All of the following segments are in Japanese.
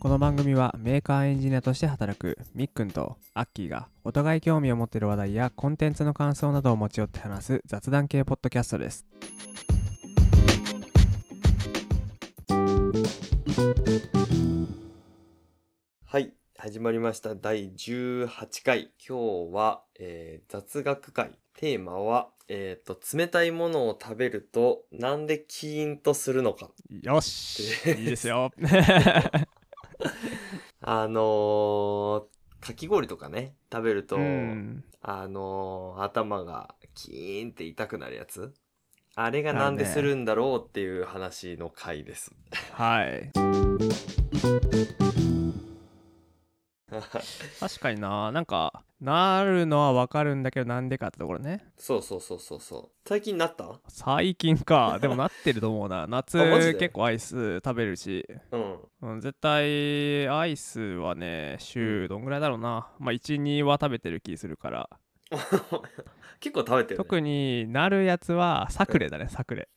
この番組はメーカーエンジニアとして働くみっくんとアッキーがお互い興味を持っている話題やコンテンツの感想などを持ち寄って話す雑談系ポッドキャストです。はい始まりました第18回今日は、えー雑学会テーマは、えーと冷たいものを食べるとなんでキーンとするのかよしです よ。あのー、かき氷とかね食べると、うんあのー、頭がキーンって痛くなるやつあれがなんでするんだろうっていう話の回です。はい。確かにな、なんか、なるのはわかるんだけど、なんでかってところね。そうそうそうそうそう。最近なった最近か、でもなってると思うな。夏 あマジで結構アイス食べるし、うん。うん、絶対アイスはね、週どんぐらいだろうな。まあ、1、2は食べてる気するから。結構食べてる、ね。特になるやつはサクレだねサクレ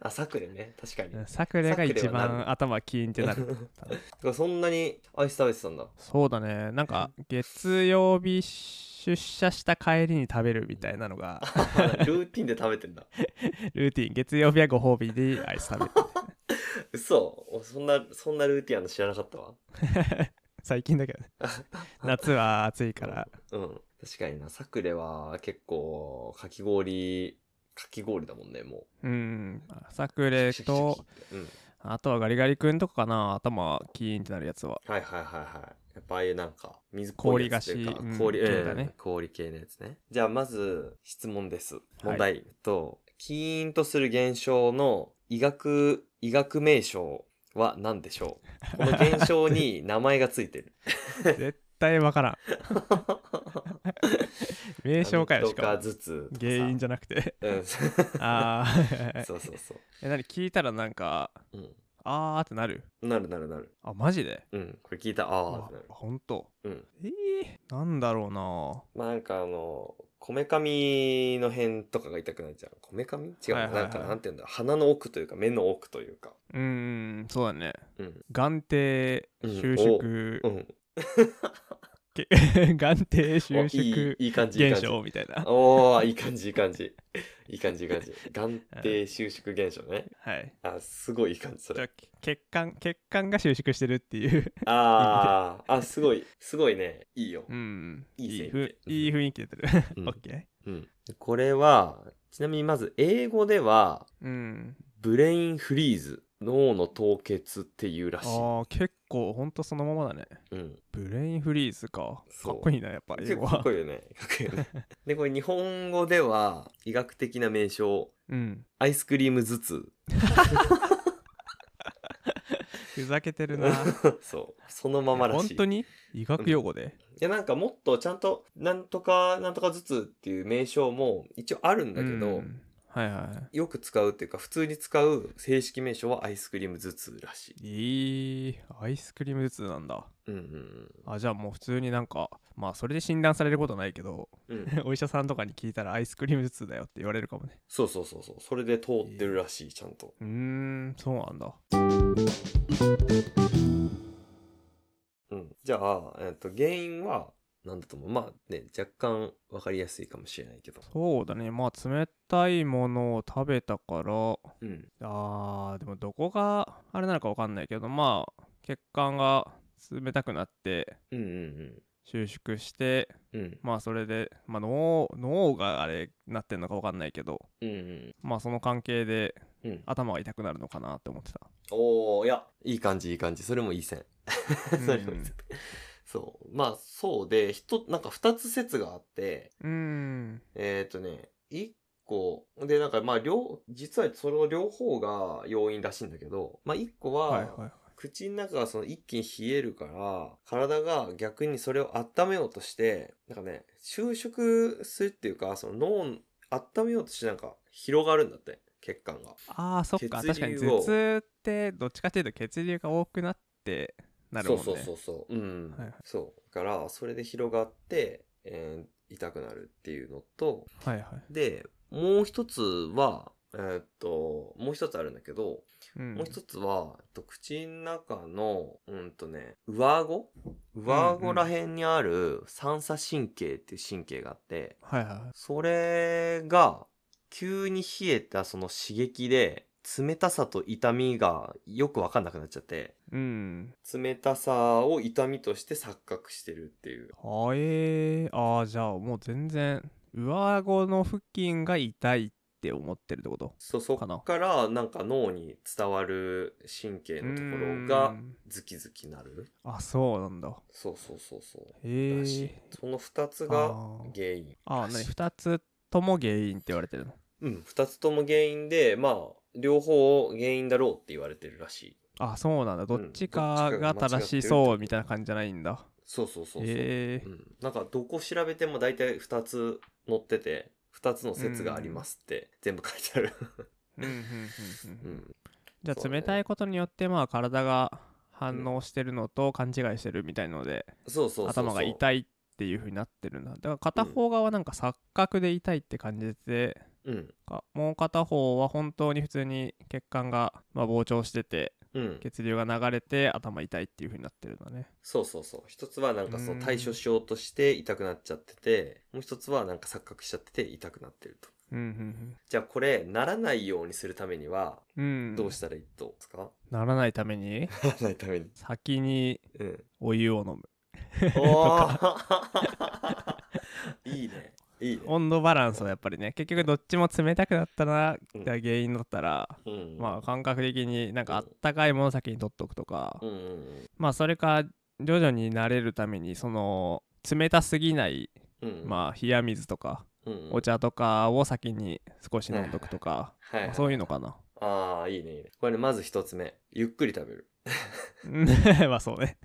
あ、サクレね。確かに。サクレが一サクレはな番頭キーンってなる そんなにアイス食べてたんだ。そうだねなんか月曜日出社した帰りに食べるみたいなの がルーティンで食べてんだ。ルーティン月曜日はご褒美でアイス食べる嘘おそんな、そんなルーティンあるの知らなかったわ。最近だ けどね夏は暑いからうん。確かにな。サクレは結構、かき氷、かき氷だもんね、もうんサクう。レシャキシ ャキとシャキってうん。あとはガリガリ君とかかな頭キーンってなるやつははいはいはいはい。やっぱああいうなんか、水っぽいやつというか氷菓子氷、うんええ系だね氷系のやつね。じゃあまず、質問です。問題、えっと、キーンとする現象の医学、医学名称は何でしょうこの現象に名前がついてる。絶対わ からん 名称かよしなんかとかもずつとかさ。原因じゃなくて うん。ああそうそうそ え何聞いたらなんかう。あーってなるうん。なるなるなる。あマジでうん。これ聞いた、ああーってなる。ほんとうん。えー、なんだろうなまあなんかあの、こめかみの辺とかが痛くなるじゃん。こめかみ違う、はいはいはいなんかなんていうんだ鼻の奥というか、目の奥というか。うーんそうだねうん。眼底うん収縮、 うん。け眼底お収いい縮、いい感じ、いい現感じ。象みたいなおー、いい感じ、いい感じ。いい感じ、いい感じ。眼底収縮現象ね。はいあ、すごいいい感じ、そじゃれあ。血管血管が収縮してるっていうあー、あ、すごい、すごいね。いいよう。んいい線いってふいい雰囲気出てるう んオッケうん。これは、ちなみにまず、英語では、ーうんブレインフリーズ脳の凍結っていうらあしい、ー結構ほんとそのままだねうん、ブレインフリーズかそかうっこいいなやっぱ英結語構かっはこいいよね かっこいいよねでこれ日本語では医学的な名称うんアイスクリーム頭痛ふざけてるな そうそのままら本しい当に医学用語で、いやなんかもっとちゃんとなんとかなんとか頭痛っていう名称も一応あるんだけど、うんはいはよく使うっていうか普通に使う正式名称はアイスクリーム頭痛らしいい、えー、アイスクリーム頭痛なんだうんうんあじゃあもう普通になんかまあそれで診断されることないけど うんうん、お医者さんとかに聞いたらアイスクリーム頭痛だよって言われるかもねそうそうそうそうそれで通ってるらしいちゃんとうーんそうなんだうん、じゃあ、えっと、原因は何だと思うまあね若干分かりやすいかもしれないけど、そうだねまあ冷たいものを食べたからうん、あーでもどこがあれなのかわかんないけどまあ血管が冷たくなってうんうん収縮してうんうんまあそれで、まあ、脳脳があれなってんのかわかんないけどうんうんまあその関係でうん頭が痛くなるのかなって思ってたおおいやいい感じいい感じそれもいい線 それもいい線そうまあそうでひとなんか2つ説があってうーんえっ、とね1個でなんかまあ両実はその両方が要因らしいんだけどまあ1個は、はいはい口の中がその一気に冷えるから、体が逆にそれを温めようとして、なんかね、収縮するっていうか、その脳の、温めようとしてなんか広がるんだって、血管が。ああそっか血流確かにを頭痛ってどっちかっていうと血流が多くなってなるもんねそうそうそうそう。うん。はいはいそう。だから、それで広がって、えー痛くなるっていうのと、はいはいで、もう一つは、えーっと、もう一つあるんだけど、うんもう一つは、えっと、口の中の、うんとね、上顎上顎らへんにある三叉神経っていう神経があって、はいはいはい。それが、急に冷えたその刺激で、冷たさと痛みがよくわかんなくなっちゃって、うん。冷たさを痛みとして錯覚してるっていう。はえー、あーじゃあもう全然上顎の付近が痛いって思ってるってことそ、そかなっからなんか脳に伝わる神経のところうがんズキズキなる。あそうなんだそうそうそうそう。へえらしい。その二つが原因。あーあらーしい何2つとも原因って言われてるのうん、二つとも原因で、まあ、両方原因だろうって言われてるらしい。あそうなんだどっちどっかちかがが間違ってる正しそうみたいな感じじゃないんだそうそうそうそう。へえうん、なんか、どこ調べても大体二つ載ってて、二つの説がありますって、全部書いてある。うんうんうんううんん。じゃそあうだね冷たいことによってまあ体が反応してるのと勘違いしてるみたいのでそうそうそうそう。頭がい。痛いっていう風になってるんだだから片方側はなんか錯覚で痛いって感じてうん。かもう片方は本当に普通に血管が、まあ、膨張しててうん。血流が流れて頭痛いっていう風になってるんだねそうそうそう。一つはなんかその対処しようとして痛くなっちゃってて、もう一つはなんか錯覚しちゃってて痛くなってると。うんじゃあこれ、ならないようにするためには、うんうんうんどうしたらいいと思いますか、ならないためにならないために。先にうん。お湯を飲む おー いいね。いいね。温度バランスはやっぱりね結局どっちも冷たくなったなうんが原因だったら、うん、まあ感覚的になんかあったかいもの先に取っとくとか、うんうんまあそれか徐々に慣れるためにその冷たすぎない、うん、うん、あ、まあ冷や水とかうん、お茶とかを先に少し飲んどくとか、はいはい、まあそういうのかな。ああ、いいね、いいね。これね、まず一つ目。ゆっくり食べる。 うん まあそうね。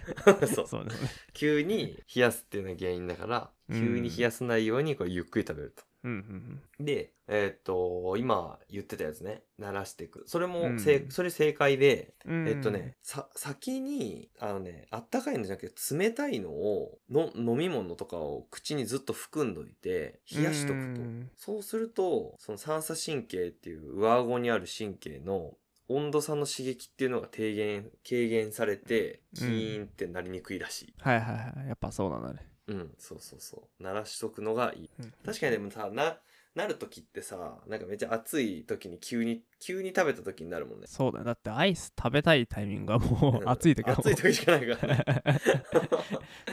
そう。そうね。急に冷やすっていうのが原因だから、うん急に冷やさないように、これゆっくり食べると。うんうんで、えーっと、今言ってたやつね。慣らしていく。それも、うんせいそれ正解で、うん。うんえっとね、。さ、先に、あのね、あったかいのじゃなくて、冷たいのを、の、飲み物とかを口にずっと含んどいて、冷やしとくとう。んそうすると、その三叉神経っていう上顎にある神経の温度差の刺激っていうのが低減、軽減されて、キーンってなりにくいらしい。はいはいはい。やっぱそうなんだね。うん、そうそうそう。鳴らしとくのがいい。うん確かにでもさ、な、なる時ってさ、なんかめっちゃ暑い時に急に、急に食べた時になるもんね。そうだよ。だってアイス食べたいタイミングはもううん 暑い時だもん暑い時しかないからね。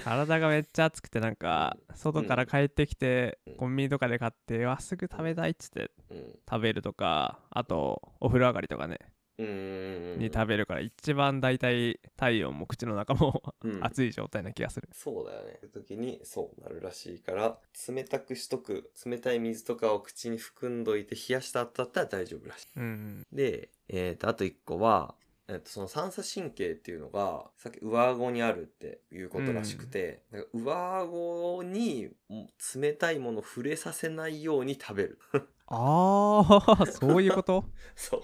体がめっちゃ暑くてなんか外から帰ってきてコンビニとかで買ってわすぐ食べたいっつってうん。食べるとかあとお風呂上がりとかねうんうんうん。に食べるから一番大体体温も口の中もうん熱い状態な気がするそうだよね。そういう時にそうなるらしいから、冷たくしとく。冷たい水とかを口に含んどいて冷やした後だったら大丈夫らしうんい。で、えっ、と、あと一個は、えっと、その三叉神経っていうのが、さっき上顎にあるっていうことらしくて、だから上顎にも冷たいものを触れさせないように食べる。 ああ そういうことそう。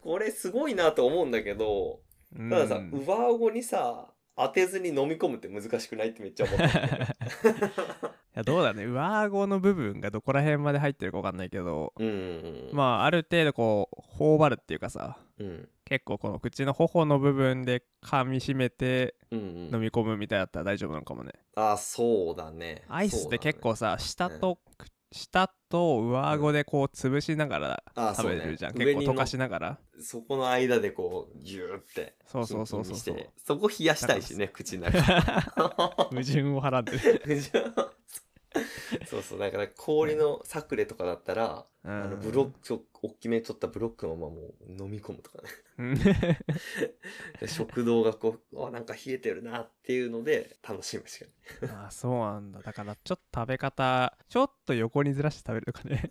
これすごいなと思うんだけど、 たたださ、上顎にさ、当てずに飲み込むって難しくないってめっちゃ思 ったんだよね。いやどうだね上顎の部分がどこら辺まで入ってるか分かんないけどうんうんうん。まあある程度こう頬張るっていうかさうん。結構この口の頬の部分で噛みしめてうんう飲ん、み込むみたいだったら大丈夫なのかもねあそうだねアイスって結構さ、下ねと、く下と上顎でこう潰しながあらそ食うべねれるじゃん、上結に構の溶かしながら そうだそこの間でこうギューってそうそうそうそうキそうンキンにしてそこ冷やした いしね口の中 矛盾をはらんでるそうそうだから氷のサクレとかだったら、うあのんブロックちょ大きめ取ったブロックのままもう飲み込むとかねうんで食堂がこうあなんか冷えてるなっていうので楽しむしかない あそうなんだだからちょっと食べ方ちょっと横にずらして食べるとかね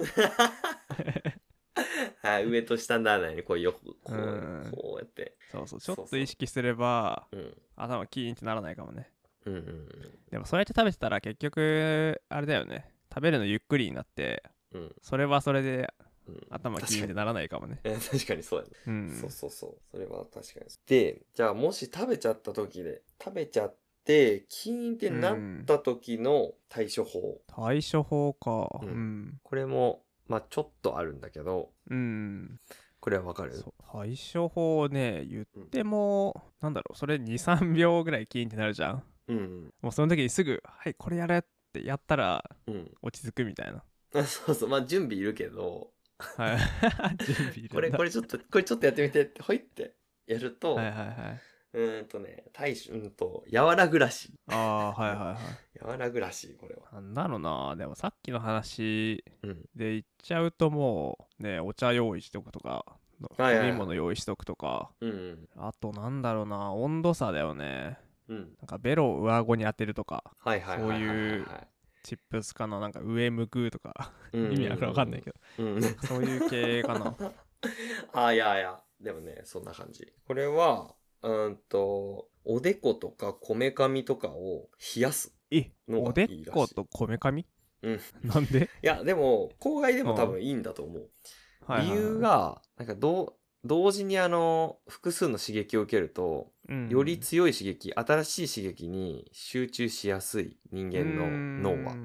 はい上と下にならないようにこう横こう,、うんこうやってそうそうちそうょそうっと意識すればうん頭キーンってならないかもねうんうんうんでもそうやって食べてたら結局あれだよね食べるのゆっくりになってうんそれはそれでうん頭キーンってならないかも ねえ確かにそうやね、うんそうそうそうそれは確かにそうでじゃあもし食べちゃった時で食べちゃってキーンってなった時の対処法、対処法かううんんこれもまあちょっとあるんだけど、うんこれはわかるそう対処法をね言っても、なんだろうそれ23秒ぐらいキーンってなるじゃんうんもうその時にすぐ「はいこれやれ」ってやったらうんうん 落ち着くみたいなあそうそうまあ準備いるけどはい 準備いるんだこれこれちょっとこれちょっとやってみてほいってやると、はいはいはいうんうーんとね大将うんと柔らぐらしああーはいはいはい柔らぐらしこれはなんだろうなでもさっきの話うんで言っちゃうともうねお茶用意しとくとかのはいはいはい飲み物用意しとくとかうんあとなんだろうな温度差だよねうんなんかベロを上顎に当てるとかはいはいはいはいはいはチップスかのなんか上向くとかい意味わかわかんないけどど、うん うん、そういう系か なあいやいやでもねそんな感じこれはうーんとおでことかこめかみとかを冷やすえのおがいでいらしいことこめかみうんなんでいやでも郊外でも多分いいんだと思う、はいはいはい 理由がなんかどう同時にあの複数の刺激を受けるとうんより強い刺激、新しい刺激に集中しやすい人間うーんの脳は。は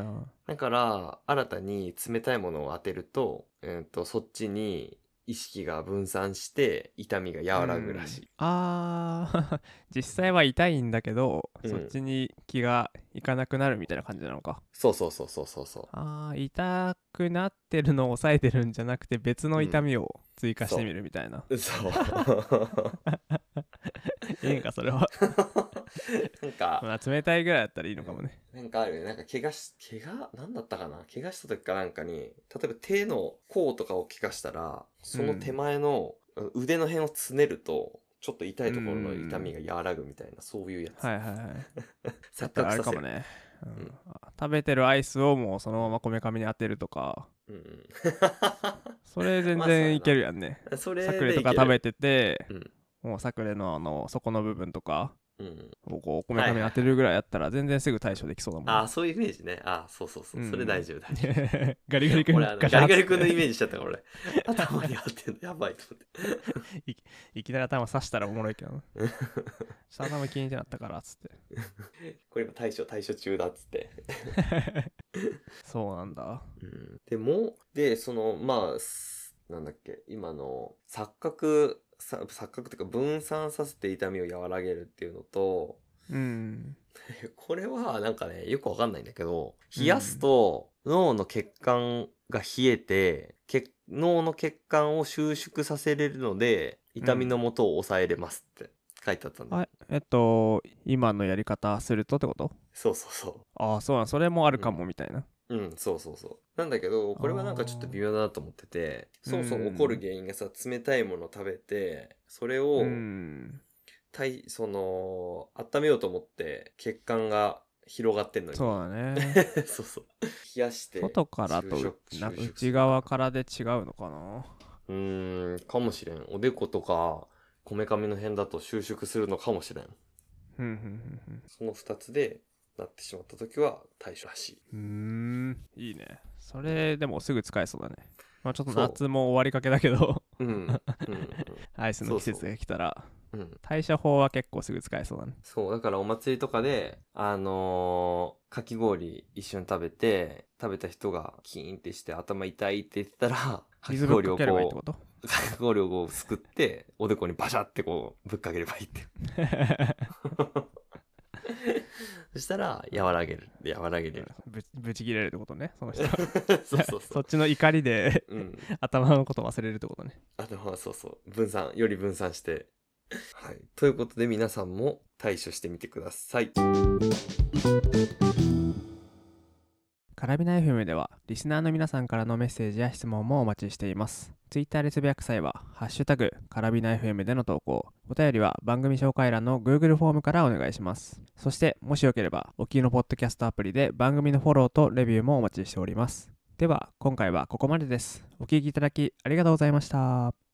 いはいだから新たに冷たいものを当てると,、えー、とそっちに意識が分散して痛みが和らぐらしい。うんあー 実際は痛いんだけど、うんそっちに気がいかなくなるみたいな感じなのかそうそうそうそうそうそう。あー痛くなってるのを抑えてるんじゃなくて別の痛みを追加してみるみたいな、 そう。いいんかそれは なんか、まあ冷たいぐらいだったらいいのかも ねなんかあるなんか怪我し、怪我なんだったかな怪我した時かなんかに、例えば手の甲とかを怪我したら、その手前のうん腕の辺をつねると、ちょっと痛いところの痛みが和らぐみたいな、そういうやつ。はいはいはいだ錯ったら覚あれさかせもる。ね、うんうんあ食べてるアイスをもうそのままこめかみに当てるとかうんうんそれ全まあそうやな然いけるやんね、 それサでクレいとけかる食べてて、うんもうサクレのあの底の部分とかうん、をこうこめかみに当てるぐらいやったら全然すぐ対処できそうだもんね、ああそういうイメージねああそうそうそう、うんそれ大丈夫大丈 ガリガリ夫君俺あのガシャリッガリ君のイメージしちゃったか ら俺頭に当てんのやばいといきなり頭刺したらおもろいけ どな思って下頭気にってなったからっつってこれ今対処対処中だっつって、そうなんだうん、でもでそのまあすなんだっけ今の錯覚さ錯覚というか分散させて痛みを和らげるっていうのとうんこれはなんかねよくわかんないんだけど冷やすと脳の血管が冷えて血脳の血管を収縮させれるので痛みのもとを抑えれますって書いてあったんだ、あえっと今のやり方するとってことそうそうそああそうなんそれもあるかもみたいな、ううんそうそうそうなんだけどこれはなんかちょっと微妙だなと思っててあーそもそも起こる原因がさ冷たいものを食べてそれをうん対その温めようと思って血管が広がってんのにそうだね そうそう冷やして外からと収う縮なん収か縮す内る側からで違うのかなうーん、かもしれん。おでことか、こめかみの辺だと収縮するのかもしれん。ふんふんふんその二つで、なってしまった時は対処らしい。ふんうーんいいねそれでもすぐ使えそうだねまあちょっとそう夏も終わりかけだけどうん。うん。アイスの季節が来たらうん。うん。代謝法は結構すぐ使えそうだねそう、だからお祭りとかで、あのーかき氷一緒に食べて、食べた人がキーンってして頭痛いって言ってたら、かき 水ぶっ氷かをければいいってこ ことう、かき氷をこうすくって、おでこにバシャってこう、ぶっかければいいって。そしたら、和らげる。和らげれる。ぶぶち切れるってことね その人は そうそうそ そっう。ちの怒りでうん。 頭のこと忘れるってことねあとはそうそう分散より分散してはいということで皆さんも対処してみてくださいカラビナ FM ではリスナーの皆さんからのメッセージや質問もお待ちしていますツイッターでつぶやく際は「ハッシュタグカラビナ FM」での投稿お便りは番組紹介欄の Google フォームからお願いしますそしてもしよければお気に入りのポッドキャストアプリで番組のフォローとレビューもお待ちしておりますでは今回はここまでですお聴きいただきありがとうございました